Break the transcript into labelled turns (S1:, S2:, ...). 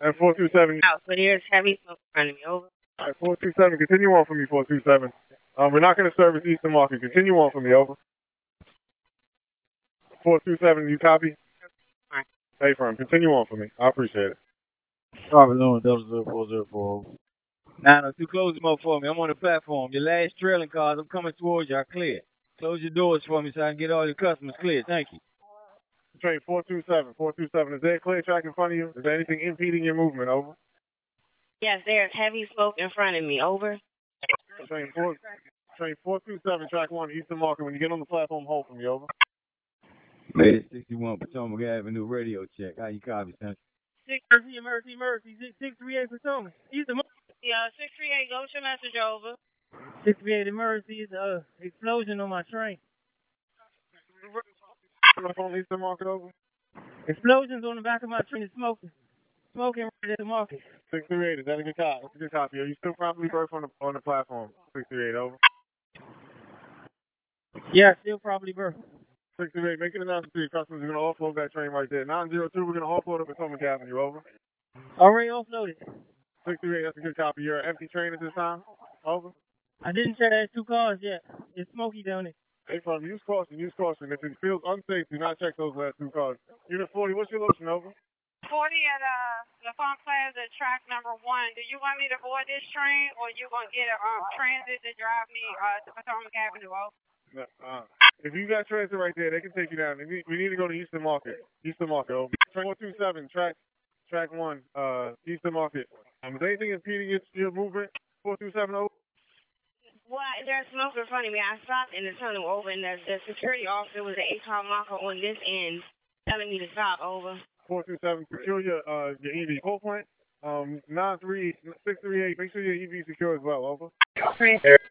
S1: And 427,
S2: house, but there's heavy smoke in front of me. Over.
S1: Alright, 427, continue on for me, 427. Um, we're not going to service Eastern Market. Continue on for me, over. 427, you copy?
S2: Alright.
S1: Hey, firm, continue on for me. I appreciate it.
S3: Robert Loon, 00404. 902, close them up for me. I'm on the platform. Your last trailing cars, I'm coming towards you. I clear. Close your doors for me so I can get all your customers clear. Thank you.
S1: Train 427, 427, is there a clear track in front of you? Is there anything impeding your movement, over?
S2: Yes, there's heavy smoke in front of me. Over.
S1: Train four, train four two seven, track one, Eastern Market. When you get on the platform, hold for me, over.
S3: Made 61 Potomac Avenue radio check. How you copy, son?
S4: Six mercy, mercy, mercy. Six six three eight Potomac. He's the
S2: Yeah, 638, go with your message over.
S4: six three eight mercy. It's a explosion on my train.
S1: Track one, Eastern Market, over.
S4: Explosions on the back of my train. It's smoking, smoking right at the market.
S1: Six three eight, is that a good copy? That's a good copy. Are you still properly birthed on the on the platform? Six three eight, over.
S4: Yeah, still probably burst.
S1: Six three eight, make an announcement to your customers. We're gonna offload that train right there. Nine zero two, we're gonna offload it Potomac Avenue, over.
S4: Already offloaded.
S1: Six three eight, that's a good copy. You're an empty train at this time, over.
S4: I didn't check those two cars yet. It's smoky down there.
S1: Hey, from use caution, use caution. If it feels unsafe, do not check those last two cars. Unit forty, what's your lotion, over?
S2: 40 at uh, the phone plaza at track number one. Do you want me to board this train or you going to get a um, transit to drive me uh, to Potomac Avenue? Over.
S1: No, uh, if you got transit right there, they can take you down. They need- We need to go to Eastern Market. Eastern Market, over. Train 427, track track one, uh, Eastern Market. Um, is anything impeding your, your movement? 427, over.
S2: What? There's smoke in front of me. I stopped in the tunnel over, and the, the security officer was an eight car marker on this end telling me to stop. Over.
S1: 427, secure your, uh, your EV coal E plant. Um, 93638, make sure your EV is secure as well, over.
S2: Train